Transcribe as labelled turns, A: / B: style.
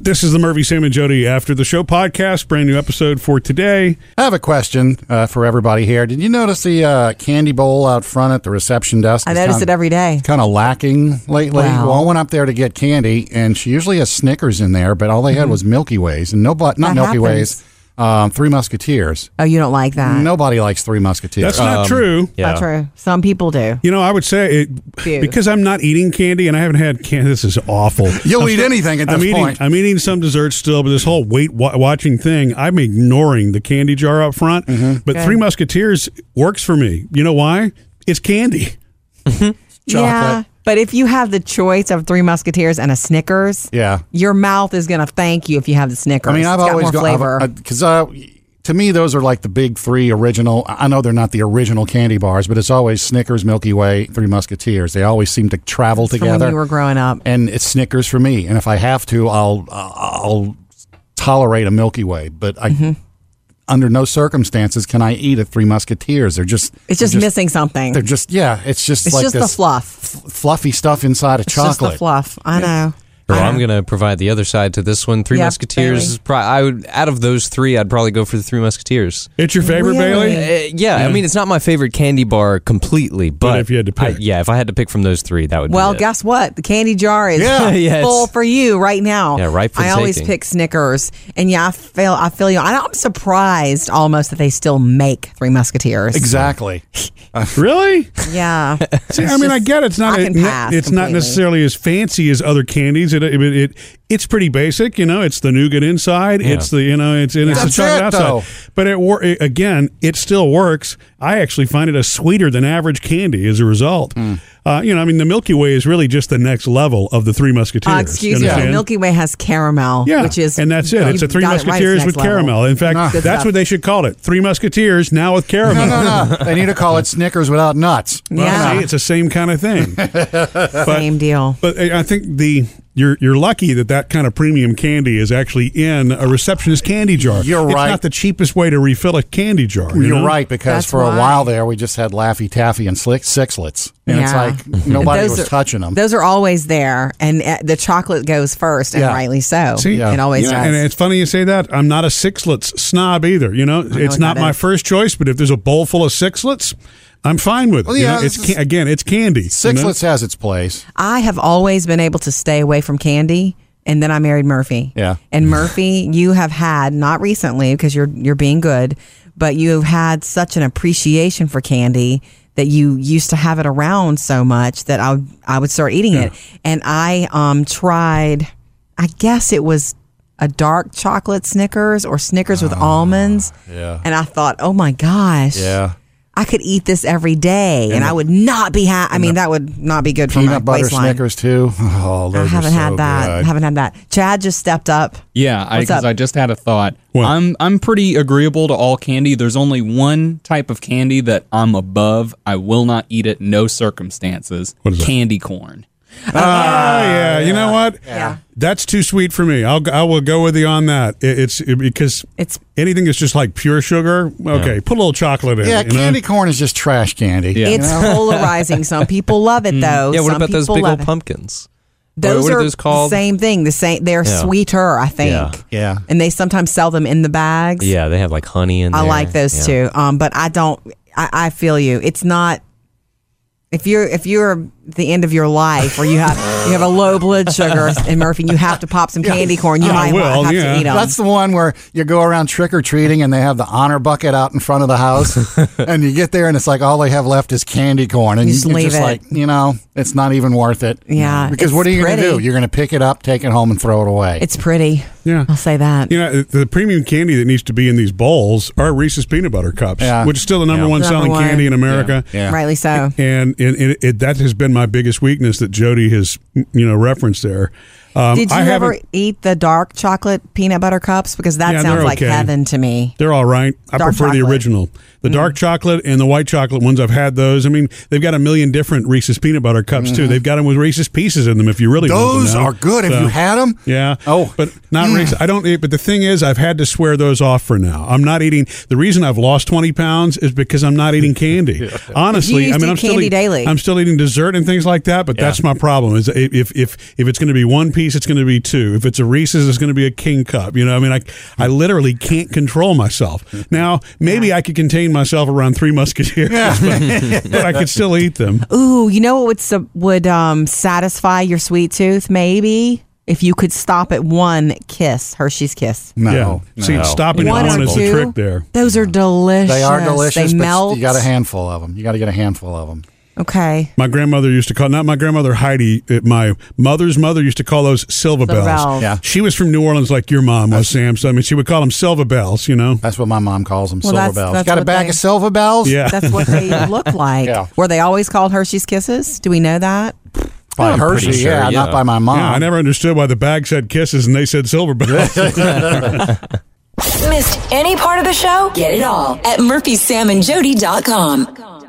A: This is the Murphy, Sam, and Jody After the Show podcast. Brand new episode for today.
B: I have a question uh, for everybody here. Did you notice the uh, candy bowl out front at the reception desk?
C: I notice it every day.
B: Kind of lacking lately.
C: Wow.
B: Well, I went up there to get candy, and she usually has Snickers in there, but all they had was Milky Ways, and nobody, not
C: Mm-hmm. That
B: Milky
C: happens.
B: Ways, um, Three Musketeers.
C: Oh, you don't like that?
B: Nobody likes Three Musketeers. Um,
A: That's not true.
C: Not true. Some people do.
A: You know, I would say it
C: Phew.
A: because I'm not eating candy and I haven't had candy. This is awful.
B: You'll eat anything at this
A: I'm eating,
B: point.
A: I'm eating some desserts still, but this whole weight wa- watching thing, I'm ignoring the candy jar up front.
B: Mm-hmm.
A: But Three Musketeers works for me. You know why? It's candy.
C: Yeah.
B: Chocolate.
C: But if you have the choice of Three Musketeers and a Snickers,
B: Yeah.
C: your mouth is going to thank you if you have the Snickers.
B: I mean, I've
C: It's got
B: always
C: more
B: gone
C: flavor.
B: because uh, to me those are like the big three original. I I know they're not the original candy bars, but it's always Snickers, Milky Way, Three Musketeers. They always seem to travel
C: from when
B: together.
C: you were growing up.
B: and it's Snickers for me. And if I have to, I'll I'll tolerate a Milky Way, but I.
C: Mm-hmm.
B: Under no circumstances can I eat a Three Musketeers. They're just
C: It's just,
B: they're
C: missing something.
B: They're just yeah. It's just
C: It's
B: like
C: just the
B: this
C: fluff.
B: f- fluffy stuff inside of
C: It's
B: chocolate.
C: just the fluff. I know.
D: Well, I'm going to provide the other side to this one. Three
C: Yeah,
D: Musketeers. Is pro- I would out of those three, I'd probably go for the Three Musketeers.
A: It's your favorite,
C: Really?
D: Uh,
A: Bailey?
D: yeah, I mean it's not my favorite candy bar completely, but,
A: if you had to
D: I-
A: pick.
D: yeah, if I had to pick from those three, that would.
C: Well,
D: be it.
C: guess what? The candy jar is
D: Yeah. Yeah, it's-
C: full for you right now.
D: Yeah, ripe for
C: I
D: the
C: always
D: taking.
C: pick Snickers, and yeah, I feel I feel you. I- I'm surprised almost that they still make Three Musketeers.
B: Exactly.
A: Really?
C: Yeah,
A: See, I mean, I get it's not
C: I can
A: it-
C: pass
A: it's not
C: completely.
A: necessarily as fancy as other candies. It, it, it it's pretty basic, you know. It's the nougat inside. It's the you know it's and it's
B: That's
A: the chocolate
B: it,
A: outside.
B: though.
A: But it, wor- it again, it still works. I actually find it a sweeter than average candy as a result.
C: Hmm.
A: Uh, you know, I mean, the Milky Way is really just the next level of the Three Musketeers.
C: Uh,
A: you
C: excuse me. The
A: understand?
C: Milky Way has caramel,
A: Yeah,
C: which is
A: and that's it.
C: you
A: It's a Three
C: got it right,
A: Musketeers
C: it's
A: with
C: next level.
A: caramel. In fact,
B: Nah.
A: that's
B: Good
C: stuff.
A: what they should call it: Three Musketeers now with caramel.
B: No, no, no. They need to call it Snickers without nuts.
A: Well,
C: Yeah.
A: see, it's the same kind of thing.
C: Same deal.
A: But I I think the you're you're lucky that that kind of premium candy is actually in a receptionist candy jar.
B: You're
A: It's
B: right.
A: not the cheapest way to refill a candy jar. you
B: You're
A: know?
B: right because
C: That's
B: for
C: why.
B: a while there we just had Laffy Taffy and Slick Sixlets, and
C: Yeah.
B: it's like nobody
C: Those
B: was
C: are-
B: touching them.
C: Those are always there, and uh, the chocolate goes first, and
B: Yeah.
C: rightly so.
A: See?
C: It always
A: Yeah,
C: does.
A: And it's funny you say that. I'm not a sixlets snob either. You know, it's
C: what
A: not
C: that
A: my
C: is.
A: first choice. But if there's a bowl full of sixlets, I'm fine with it.
B: Well,
A: you
B: yeah,
A: know? it's
B: this is-
A: ca- again, it's candy. you know?
B: Sixlets has its place.
C: I have always been able to stay away from candy. And then I married Murphy.
B: Yeah.
C: And Murphy, you have had not recently because you're you're being good, but you have had such an appreciation for candy that you used to have it around so much that I would- I would start eating it. And I um tried, I guess it was a dark chocolate Snickers or Snickers with almonds.
B: Ah, yeah.
C: And I thought, oh my gosh, I could eat this every day, and, I would not be happy. I mean, that would not be good for my
B: Peanut butter
C: waistline.
B: Snickers too. Oh,
C: I
B: those
C: haven't
B: are so
C: had that.
B: good.
C: Haven't had that. Chad just stepped up.
E: Yeah,
C: What's up?
E: because I, just had a thought.
A: What?
E: I'm I'm pretty agreeable to all candy. There's only one type of candy that I'm above. I will not eat it, no circumstances.
A: What is that?
E: candy corn?
A: Ah, yeah. You know what? Yeah. That's too sweet for me. I'll g- I will go with you on that. It, it's it- because
C: It's
A: anything that's just like pure sugar. Okay, put a little chocolate in.
B: Yeah,
A: it, you know?
B: candy corn is just trash candy.
E: Yeah.
C: it's polarizing. Some people love it though.
D: Mm. yeah. What
C: Some
D: about those
C: people
D: big
C: love
D: old
C: it.
D: pumpkins? What-
C: Those
D: what are
C: are
D: those called?
C: the same thing. The same. They're
D: Yeah.
C: sweeter, I think.
D: Yeah.
B: Yeah.
C: And they sometimes sell them in the bags.
D: Yeah, they have like honey in
C: I
D: there.
C: like those
D: Yeah.
C: too. Um, but I don't. I, I feel you. It's not. If you're if you're at the end of your life or you have you have a low blood sugar and Murphy, you have to pop some candy corn. You
A: I
C: might
A: will,
C: want have
A: yeah.
C: to eat them.
B: That's the one where you go around trick or treating and they have the honor bucket out in front of the house, and you get there and it's like all they have left is candy corn, and
C: Just
B: you're
C: leave
B: just
C: it.
B: like, you know, it's not even worth it.
C: Yeah,
B: because
C: it's
B: what are you going to
C: pretty.
B: do? You're going to pick it up, take it home, and throw it away.
C: it's pretty.
A: Yeah.
C: I'll say that.
A: You know, the premium candy that needs to be in these bowls are Reese's peanut butter cups,
B: Yeah.
A: which is still the number
B: Yeah.
A: one
C: Number
A: selling
C: one.
A: candy in America.
B: Yeah.
C: Rightly so.
A: And it, it, it, that has been my biggest weakness that Jody has, you know, referenced there. Um,
C: Did you
A: I
C: ever
A: haven't-
C: eat the dark chocolate peanut butter cups? Because that
A: Yeah,
C: sounds
A: they're
C: like
A: okay.
C: heaven to me.
A: They're all right. I
C: Dark
A: prefer the
C: chocolate. Mm-hmm.
A: original. The dark chocolate and the white chocolate ones, I've had those. I mean, they've got a million different Reese's peanut butter cups, too. They've got them with Reese's pieces in them if you really want
B: Mm-hmm. Those
A: them now.
B: are good. Have
A: So-
B: you had them?
A: Yeah.
B: Oh.
A: but not
C: Mm.
A: Reese's. I don't. eat But the thing is, I've had to swear those off for now. I'm not eating. The reason I've lost 20 pounds is because I'm not eating candy. Honestly,
C: You used
A: I mean,
C: to
A: I'm
C: eat
A: still
C: candy
A: eating,
C: daily.
A: I'm still eating dessert and things like that. But that's my problem. Is if if if it's going to be one piece, it's going to be two. If it's a Reese's, it's going to be a King cup. You know, I mean, I I literally can't control myself. Now, maybe I could contain myself around three Musketeers, but, but I could still eat them.
C: Ooh, you know what would su- would um, satisfy your sweet tooth? Maybe if you could stop at one kiss, Hershey's Kiss.
B: No,
A: yeah. See,
B: no.
A: stopping at
C: one
A: one
C: or
A: is
C: two.
A: the trick there.
C: Those are delicious.
B: They are delicious,
C: They
B: but
C: melt.
B: you got a handful of them. You got to get a handful of them.
C: okay.
A: My grandmother used to call not my grandmother Heidi, uh, my mother's mother used to call those Silva
C: Silva
A: bells.
C: bells.
B: Yeah.
A: She was from New Orleans, like your mom was, Sam. So I mean, she would call them Silva bells. You know,
B: That's what my mom calls them,
C: Well,
B: silver
C: that's-
B: bells.
C: that's
B: got a
C: what
B: bag
C: they-
B: of silver bells?
A: Yeah.
C: That's what they look like.
B: Yeah.
C: Were they always called Hershey's Kisses? Do we know that?
B: By
D: I'm pretty
B: Hershey,
D: sure,
B: yeah,
D: yeah.
B: not by my mom.
A: yeah, I never understood why the bag said kisses and they said silver bells.
F: Missed any part of the show? Get it all at murphysamandjody.com.